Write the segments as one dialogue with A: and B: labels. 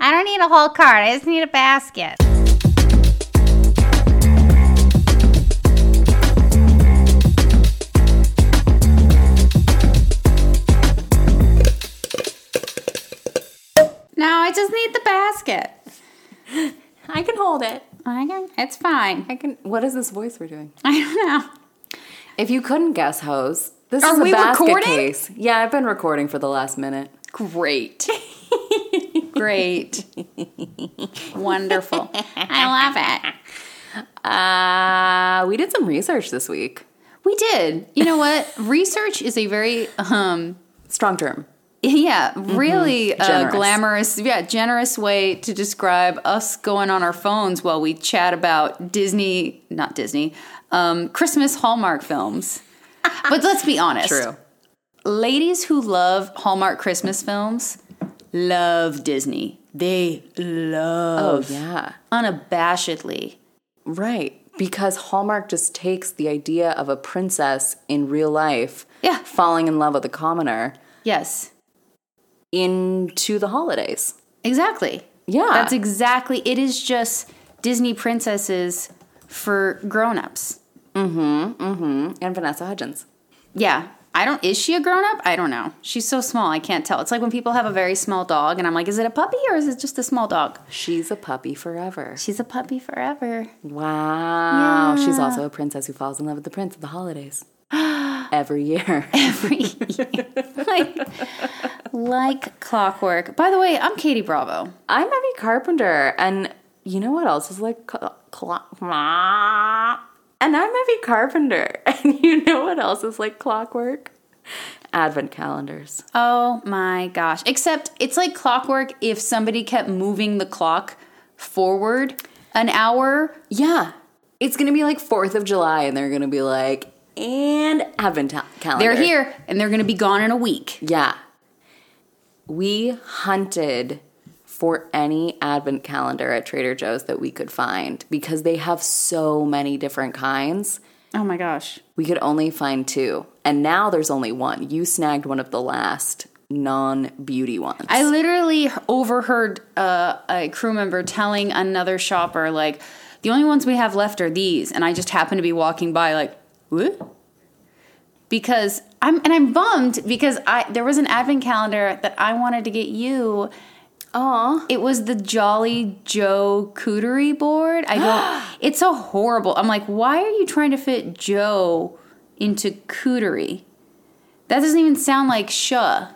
A: I don't need a whole card. I just need a basket. No, I just need the basket.
B: I can hold it.
A: I can, it's fine.
B: I can. What is this voice we're doing?
A: I don't know.
B: If you couldn't guess, hose, this
A: Are
B: is a
A: we
B: basket
A: recording?
B: case. Yeah, I've been recording for the last minute.
A: Great. Great. Wonderful. I love it.
B: Uh, we did some research this week.
A: We did. You know what? Research is a very um
B: Strong term.
A: yeah, really uh,
B: Mm-hmm. Generous.
A: glamorous, yeah, generous way to describe us going on our phones while we chat about Disney, not Disney, um, Christmas Hallmark films. but let's be honest. Ladies who love Hallmark Christmas films love Disney. They
B: Oh
A: love
B: yeah.
A: unabashedly.
B: Right. Because Hallmark just takes the idea of a princess in real life
A: Yeah.
B: falling in love with a commoner
A: Yes.
B: into the holidays.
A: Exactly.
B: Yeah.
A: That's exactly. It is just Disney princesses for grown-ups.
B: and Vanessa Hudgens.
A: Yeah. I don't is she a grown-up? I don't know. She's so small, I can't tell. It's like when people have a very small dog and I'm like, is it a puppy or is it just a small dog?
B: She's a puppy forever.
A: She's a puppy forever.
B: Wow.
A: Yeah.
B: She's also a princess who falls in love with the prince at the holidays. Every year.
A: like like clockwork. By the way, I'm Katie Bravo.
B: I'm Abby Carpenter, and you know what else is like? cl- clock- And I'm Abby Carpenter, and you know what else is like clockwork? Advent calendars.
A: Oh my gosh. Except it's like clockwork if somebody kept moving the clock forward an hour
B: Yeah, it's gonna be like Fourth of July, and they're gonna be like, and Advent ta- calendar.
A: They're here and they're going to be gone in a week.
B: Yeah. We hunted for any advent calendar at Trader Joe's that we could find because they have so many different kinds.
A: Oh my gosh.
B: We could only find two. And now there's only one. You snagged one of the last non beauty ones.
A: I literally overheard uh, a crew member telling another shopper, like, the only ones we have left are these. And I just happened to be walking by, like, what? Because I'm, and I'm bummed because I, there was an advent calendar that I wanted to get you.
B: Aw.
A: It was the Jolly Joe cootery board. I don't. it's so horrible. I'm like, why are you trying to fit Joe into cootery? That doesn't even sound like shuh.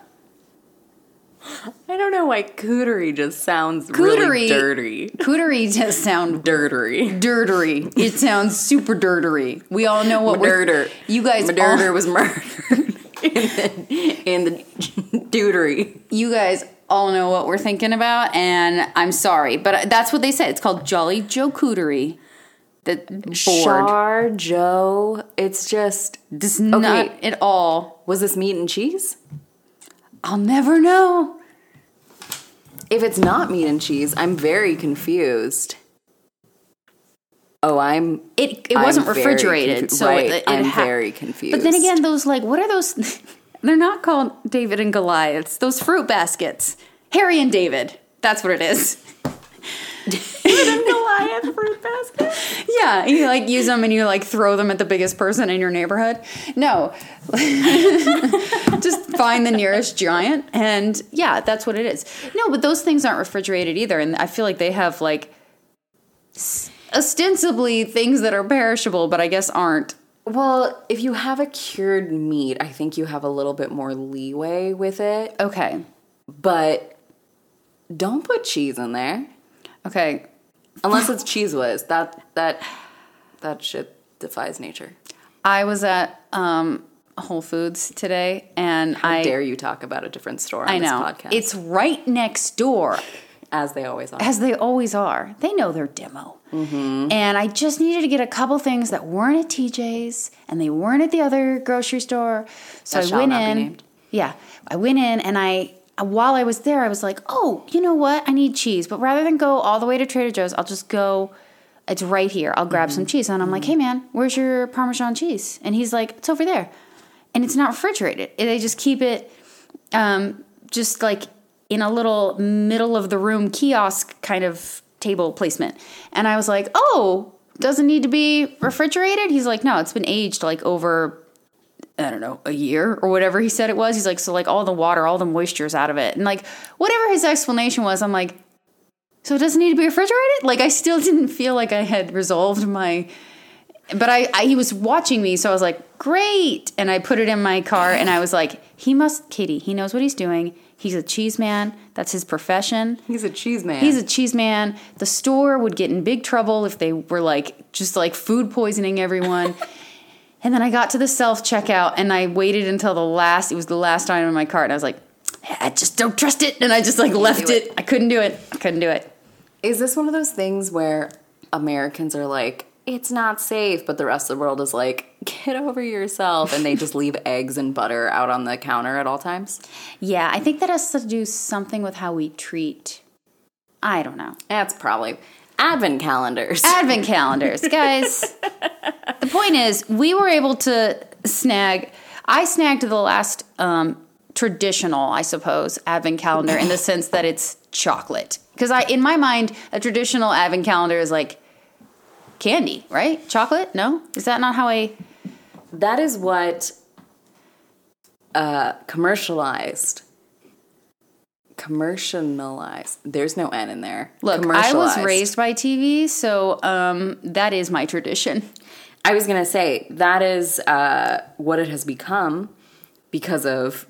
B: I don't know why cootery just sounds
A: Cootery-
B: really dirty.
A: Cootery does sound
B: Dirtery.
A: dirtery. It sounds super dirtery. We all know what we're.
B: Dirter.
A: You guys,
B: My
A: all,
B: dirter was murdered in the, in the deutery.
A: you guys all know what we're thinking about, and I'm sorry, but that's what they said. It's called Jolly Joe Cootery. The board.
B: Char Joe. It's just
A: Does not at all.
B: was this meat and cheese?
A: I'll never know.
B: If it's not meat and cheese, I'm very confused. Oh, I'm.
A: It it
B: I'm
A: wasn't
B: very
A: refrigerated,
B: confu-
A: so
B: right,
A: it, it
B: I'm
A: ha-
B: very confused.
A: But then again, those like what are those? They're not called David and Goliath's. Those fruit baskets, Harry and David. That's what it is.
B: Goliath fruit basket.
A: Yeah, you like use them and you like throw them at the biggest person in your neighborhood. No, just find the nearest giant, and yeah, that's what it is. No, but those things aren't refrigerated either, and I feel like they have like s- ostensibly things that are perishable, but I guess aren't.
B: Well, if you have a cured meat, I think you have a little bit more leeway with it.
A: Okay,
B: But don't put cheese in there
A: okay.
B: unless it's cheese whiz. That that that shit defies nature.
A: I was at um, Whole Foods today, and I
B: Dare you talk about a different store on
A: I
B: this
A: know
B: podcast?
A: it's right next door.
B: as they always are.
A: as they always are. They know their demo.
B: Mm-hmm.
A: And I just needed to get a couple things that weren't at TJ's and they weren't at the other grocery store. So
B: That
A: I
B: shall
A: went
B: not be
A: in.
B: named.
A: Yeah, I went in and I while I was there, I was like, "Oh, you know what? I need cheese." But rather than go all the way to Trader Joe's, I'll just go it's right here. I'll grab
B: Mm-hmm.
A: some cheese. And I'm like, "Hey man, where's your parmesan cheese?" And he's like, "It's over there." And it's not refrigerated. They just keep it um, just like in a little middle of the room kiosk kind of table placement. And I was like, oh, doesn't need to be refrigerated? He's like, no, it's been aged like over, I don't know, a year or whatever he said it was. He's like, so like all the water, all the moisture's out of it. And like, whatever his explanation was, I'm like, so it doesn't need to be refrigerated? Like, I still didn't feel like I had resolved my. But I, I, he was watching me, so I was like, great. And I put it in my car and I was like, he must, Katie, he knows what he's doing. He's a cheese man. That's his profession.
B: He's a cheese man.
A: He's a cheese man. The store would get in big trouble if they were like just like food poisoning everyone. and then I got to the self checkout and I waited until the last, it was the last item in my cart. And I was like, I just don't trust it. And I just like left
B: do
A: it. I couldn't do it. I couldn't do it.
B: Is this one of those things where Americans are like, it's not safe, but the rest of the world is like, get over yourself, and they just leave eggs and butter out on the counter at all times?
A: Yeah, I think that has to do something with how we treat. I don't know.
B: That's probably advent calendars.
A: Advent calendars, guys. the point is, we were able to snag. I snagged the last um, traditional, I suppose, advent calendar in the sense that it's chocolate. Because I, in my mind, a traditional advent calendar is like candy, right? Chocolate? No, is that not how I?
B: That is what uh, commercialized. Commercialized. There's no N in there.
A: Look, I was
B: Commercialized.
A: raised by TV, so um, that is my tradition.
B: I was gonna say that is uh, what it has become because of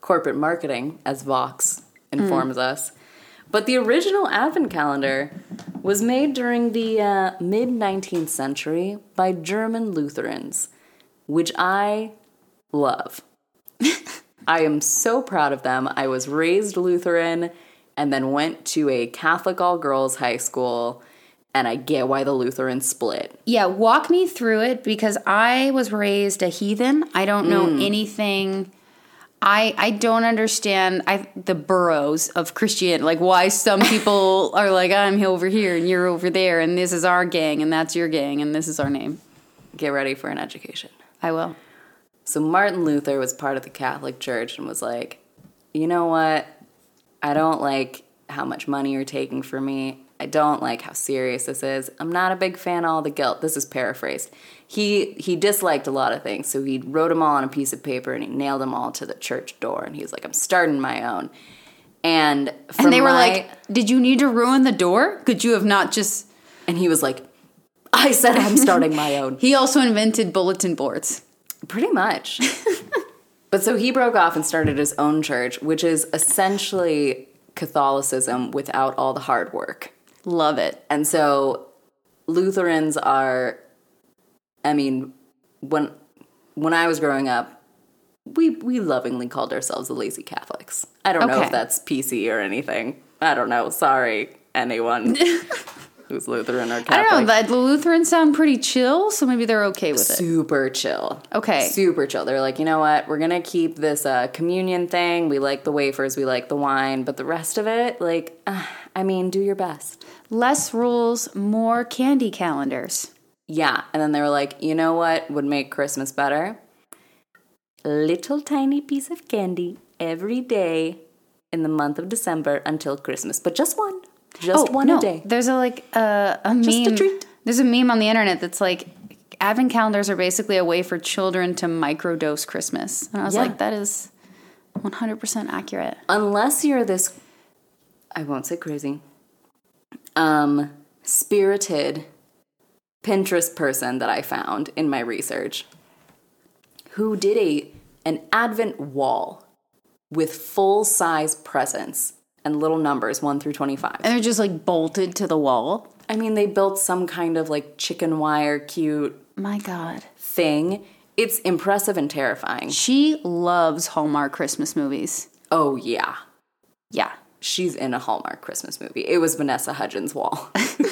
B: corporate marketing, as Vox informs us. But the original advent calendar was made during the uh, mid 19th century by German Lutherans, which I love. I am so proud of them. I was raised Lutheran and then went to a Catholic all girls high school, and I get why the Lutherans split.
A: Yeah, walk me through it because I was raised a heathen. I don't know anything. I I don't understand I the burrows of Christian like why some people are like I'm over here and you're over there and this is our gang and that's your gang and this is our name.
B: Get ready for an education.
A: I will.
B: So Martin Luther was part of the Catholic Church and was like, you know what? I don't like how much money you're taking from me. I don't like how serious this is. I'm not a big fan of all the guilt. This is paraphrased. He he disliked a lot of things, so he wrote them all on a piece of paper and he nailed them all to the church door. And he was like, "I'm starting my own." And from
A: And they were
B: my-
A: like, "Did you need to ruin the door? Could you have not just?"
B: and he was like, "I said I'm starting my own."
A: He also invented bulletin boards.
B: Pretty much. but so he broke off and started his own church, which is essentially Catholicism without all the hard work.
A: Love it.
B: And so Lutherans are I mean, when when I was growing up, we we lovingly called ourselves the lazy Catholics. I don't know
A: Okay.
B: if that's PC or anything. I don't know. Sorry, anyone who's Lutheran or Catholic.
A: I don't know. The, the Lutherans sound pretty chill, so maybe they're okay with it.
B: super chill.
A: Okay.
B: Super chill. They're like, you know what? We're gonna keep this uh, communion thing. We like the wafers. We like the wine. But the rest of it, like, uh, I mean, do your best.
A: Less rules, more candy calendars.
B: Yeah. And then they were like, you know what would make Christmas better? Little tiny piece of candy every day in the month of December until Christmas, but just one, just one a day.
A: Oh, There's a like a a meme.
B: a treat.
A: There's a meme on the internet that's like advent calendars are basically a way for children to microdose Christmas. And I was
B: Yeah.
A: like, that is 100% accurate.
B: unless you're this I won't say crazy um spirited Pinterest person that I found in my research who did a an advent wall with full size presents and little numbers 1 through 25.
A: And they're just like bolted to the wall.
B: I mean they built some kind of like chicken wire cute
A: My God.
B: thing. It's impressive and terrifying.
A: She loves Hallmark Christmas movies.
B: Oh yeah.
A: Yeah.
B: She's in a Hallmark Christmas movie. It was Vanessa Hudgens' wall.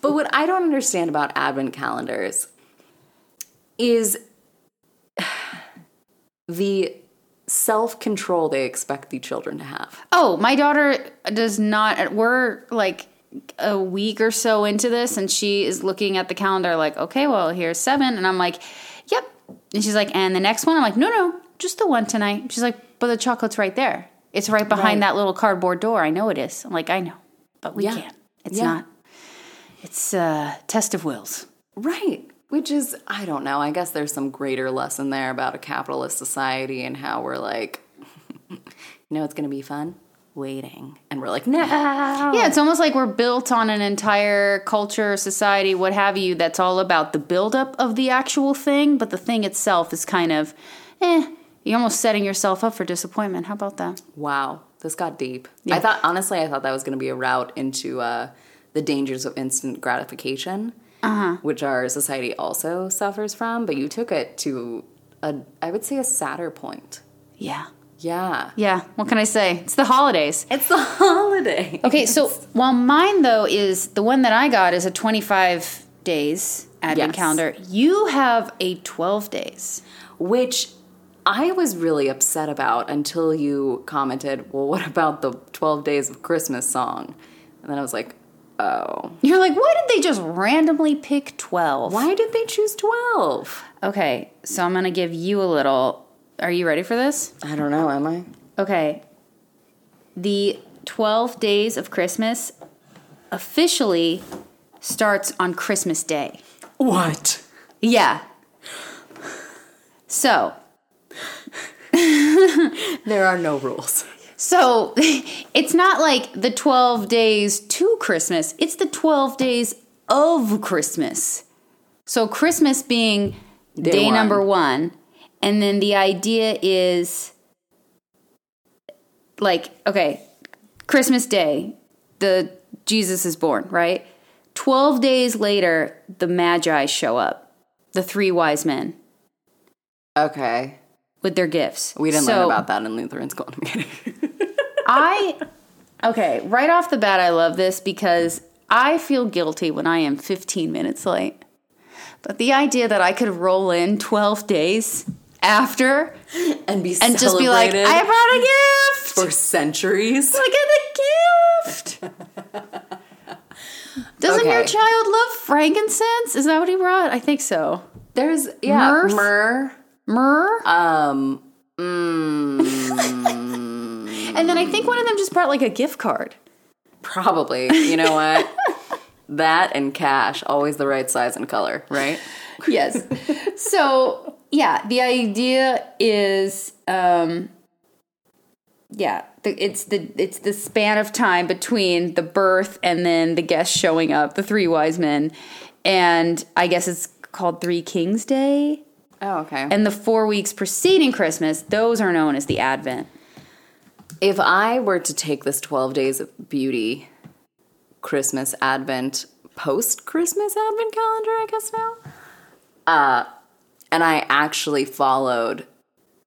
B: but what I don't understand about advent calendars is the self control they expect the children to have.
A: Oh, my daughter does not. We're like a week or so into this, and she is looking at the calendar like, okay, well, here's seven. And I'm like, yep. And she's like, and the next one? I'm like, no, no, just the one tonight. She's like, but the chocolate's right there. It's right behind
B: Right.
A: that little cardboard door. I know it is. I'm like, I know, but we
B: Yeah.
A: can't. It's
B: Yeah.
A: not. It's a test of wills.
B: Right. Which is, I don't know. I guess there's some greater lesson there about a capitalist society and how we're like, you know, it's going to be fun waiting. And we're like, no.
A: Yeah,
B: Oh.
A: it's almost like we're built on an entire culture, society, what have you, that's all about the buildup of the actual thing, but the thing itself is kind of, eh, you're almost setting yourself up for disappointment. How about that?
B: Wow. This got deep. I thought, honestly, I thought that was going to be a route into uh, the dangers of instant gratification, which our society also suffers from. But you took it to, a, I would say, a sadder point.
A: Yeah.
B: Yeah.
A: Yeah, what can I say? It's the holidays.
B: It's the holiday.
A: Okay, so while mine though is the one that I got is a 25 days advent
B: Yes.
A: calendar, you have a 12 days.
B: which I was really upset about until you commented, "Well, what about the 12 Days of Christmas song?" And then I was like, "Oh,
A: You're like, why did they just randomly pick 12?
B: why did they choose 12?"
A: Okay, so I'm gonna give you a little. Are you ready for this?
B: I don't know, am I?
A: Okay. The 12 days of Christmas officially starts on Christmas Day.
B: What?
A: Yeah. So,
B: There are no rules.
A: so it's not like the 12 days to Christmas, it's the 12 days of Christmas. So, Christmas being day,
B: one.
A: number one. And then the idea is like, okay, Christmas Day, the Jesus is born, right? 12 days later, the Magi show up, the three wise men
B: Okay.
A: with their gifts.
B: We didn't learn
A: So-
B: about that in Lutheran school meeting.
A: I okay, right off the bat, I love this because I feel guilty when I am 15 minutes late. But the idea that I could roll in 12 days after
B: and be
A: and just be like, I brought a gift.
B: for centuries.
A: Look at the gift. Doesn't your
B: Okay.
A: child love frankincense? Is that what he brought? I think so.
B: There's yeah,
A: Mirth?
B: myrrh.
A: Myrrh.
B: Um,
A: and then I think one of them just brought like a gift card.
B: Probably. You know what? that and cash, always the right size and color, right?
A: yes. So yeah, the idea is, um, yeah, the, it's the it's the span of time between the birth and then the guest showing up, the three wise men, and I guess it's called Three Kings Day,
B: Oh, okay.
A: and the four weeks preceding Christmas. Those are known as the Advent.
B: if I were to take this 12 days of beauty Christmas Advent post Christmas Advent calendar, I guess now, uh, and I actually followed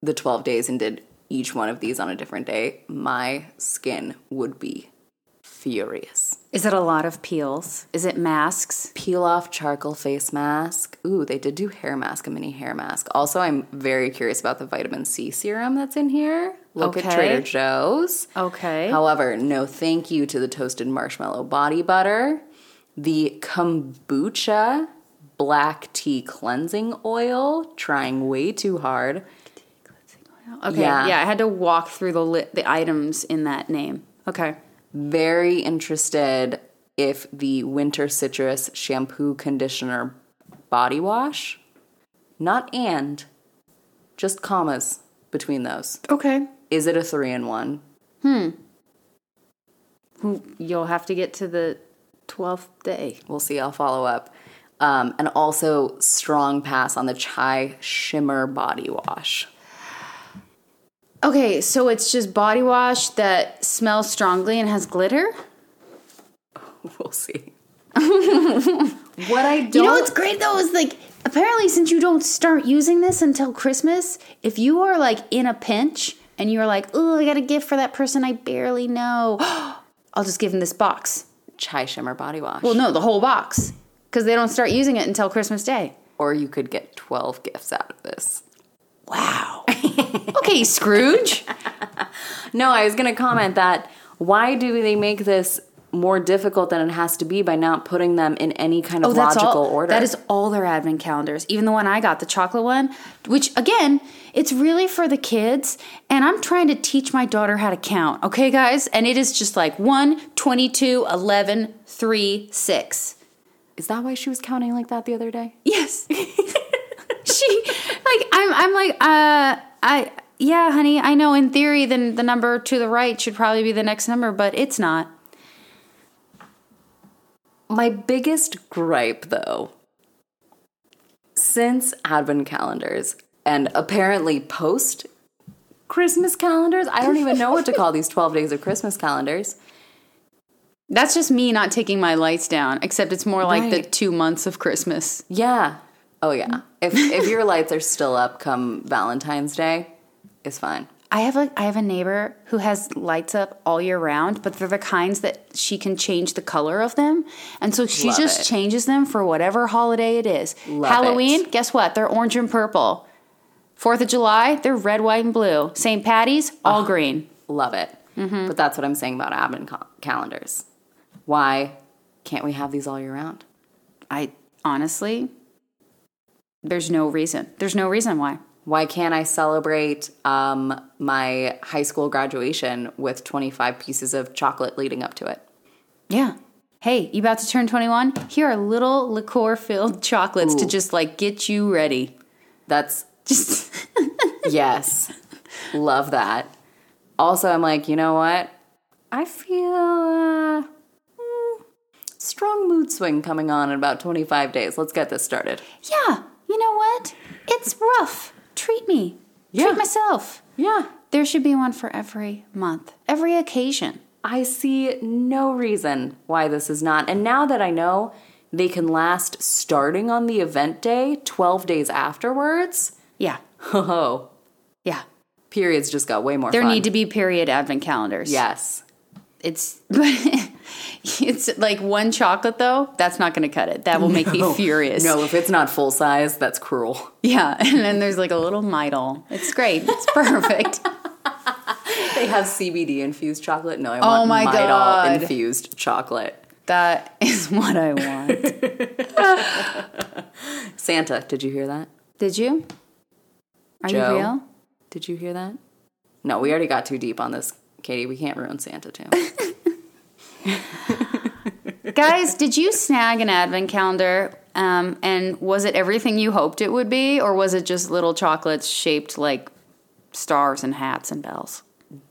B: the 12 days and did each one of these on a different day, my skin would be furious.
A: Is it a lot of peels? Is it masks?
B: peel off charcoal face mask. Ooh, they did do hair mask, a mini hair mask. Also, I'm very curious about the vitamin C serum that's in here. Look
A: Okay.
B: at Trader Joe's.
A: Okay.
B: However, no thank you to the toasted marshmallow body butter, the kombucha black tea cleansing oil, trying way too hard.
A: Okay. Yeah.
B: Yeah.
A: I had to walk through the li- the items in that name. Okay.
B: Very interested if the winter citrus shampoo conditioner body wash, not and, just commas between those.
A: Okay.
B: Is it a three in one?
A: You'll have to get to the 12th day.
B: We'll see. I'll follow up. Um, and also, strong pass on the chai shimmer body wash.
A: Okay, so it's just body wash that smells strongly and has glitter?
B: We'll see. what I don't
A: You know what's great though is like apparently since you don't start using this until Christmas, if you are like in a pinch and you're like, "Oh, I got a gift for that person I barely know." I'll just give them this box.
B: chai shimmer body wash.
A: Well, no, the whole box cuz they don't start using it until Christmas Day.
B: or you could get 12 gifts out of this.
A: Wow. okay, Scrooge.
B: No, I was going to comment that why do they make this more difficult than it has to be by not putting them in any kind of
A: Oh, that's
B: logical
A: all,
B: order.
A: That is all their advent calendars. Even the one I got, the chocolate one, which again, it's really for the kids. And I'm trying to teach my daughter how to count, okay, guys? And it is just like 1, 22, 11, 3, 6.
B: Is that why she was counting like that the other day?
A: Yes. she, like, I'm, I'm like, uh, I, yeah, honey, I know in theory then the number to the right should probably be the next number, but it's not.
B: My biggest gripe, though, since advent calendars and apparently post Christmas calendars, I don't even know what to call these 12 days of Christmas calendars.
A: That's just me not taking my lights down, except it's more like the
B: Right.
A: two months of Christmas.
B: Yeah. Oh, yeah. If, if your lights are still up come Valentine's Day, it's fine.
A: I have a I have a neighbor who has lights up all year round, but they're the kinds that she can change the color of them, and so she
B: Love
A: just
B: it.
A: changes them for whatever holiday it is.
B: Love
A: Halloween, guess what? They're orange and purple. Fourth of July, they're red, white, and blue. St. Patty's, all green.
B: Love it. But that's what I'm saying about advent cal- calendars. Why can't we have these all year round?
A: I honestly, there's no reason. There's no reason why.
B: Why can't I celebrate um, my high school graduation with 25 pieces of chocolate leading up to it?
A: Yeah. Hey, you about to turn 21? Here are little liqueur filled chocolates to
B: Ooh.
A: just like get you ready.
B: That's
A: Just
B: yes. Love that. Also, I'm like, you know what? I feel uh, mm, strong mood swing coming on in about 25 days. Let's get this started.
A: Yeah, you know what? It's rough. Treat me.
B: Yeah.
A: Treat myself.
B: Yeah.
A: There should be one for every month, every occasion.
B: I see no reason why this is not. And now that I know they can last starting on the event day, 12 days afterwards,
A: Yeah,
B: oh,
A: yeah.
B: periods just got way more
A: There
B: fun.
A: need to be period advent calendars.
B: Yes.
A: It's but it's like one chocolate though. That's not going to cut it. That will make me furious.
B: No, if it's not full size, that's cruel.
A: Yeah, and then there's like a little Midol. It's great. It's perfect.
B: They have CBD infused chocolate. No, I
A: Oh
B: want
A: my
B: Midol
A: God.
B: infused chocolate.
A: that is what I want.
B: Santa, did you hear that?
A: Did you? Are
B: Joe?
A: you real?
B: Did you hear that? No, we already got too deep on this, Katie. We can't ruin Santa too.
A: Guys, did you snag an advent calendar? Um, and was it everything you hoped it would be, or was it just little chocolates shaped like stars and hats and bells?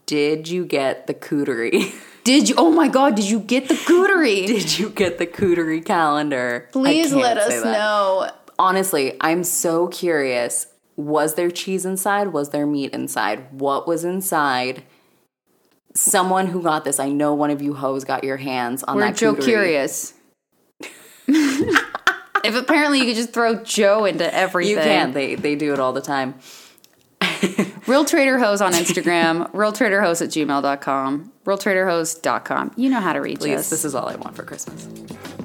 B: did you get the cootery?
A: Did you? Oh my God! Did you get the cootery?
B: Did you get the cootery calendar? I
A: Please
B: can't
A: let
B: say
A: us
B: that.
A: know.
B: Honestly, I'm so curious. Was there cheese inside? Was there meat inside? What was inside? Someone who got this, I know one of you hoes got your hands on
A: We're
B: that.
A: Joe
B: cootery.
A: curious. if apparently you could just throw Joe into everything.
B: You can. They they do it all the time.
A: Real Trader Hose on Instagram, realtraderhose at gmail.com, realtraderhose.com. You know how to reach
B: Please,
A: us.
B: this is all I want for Christmas.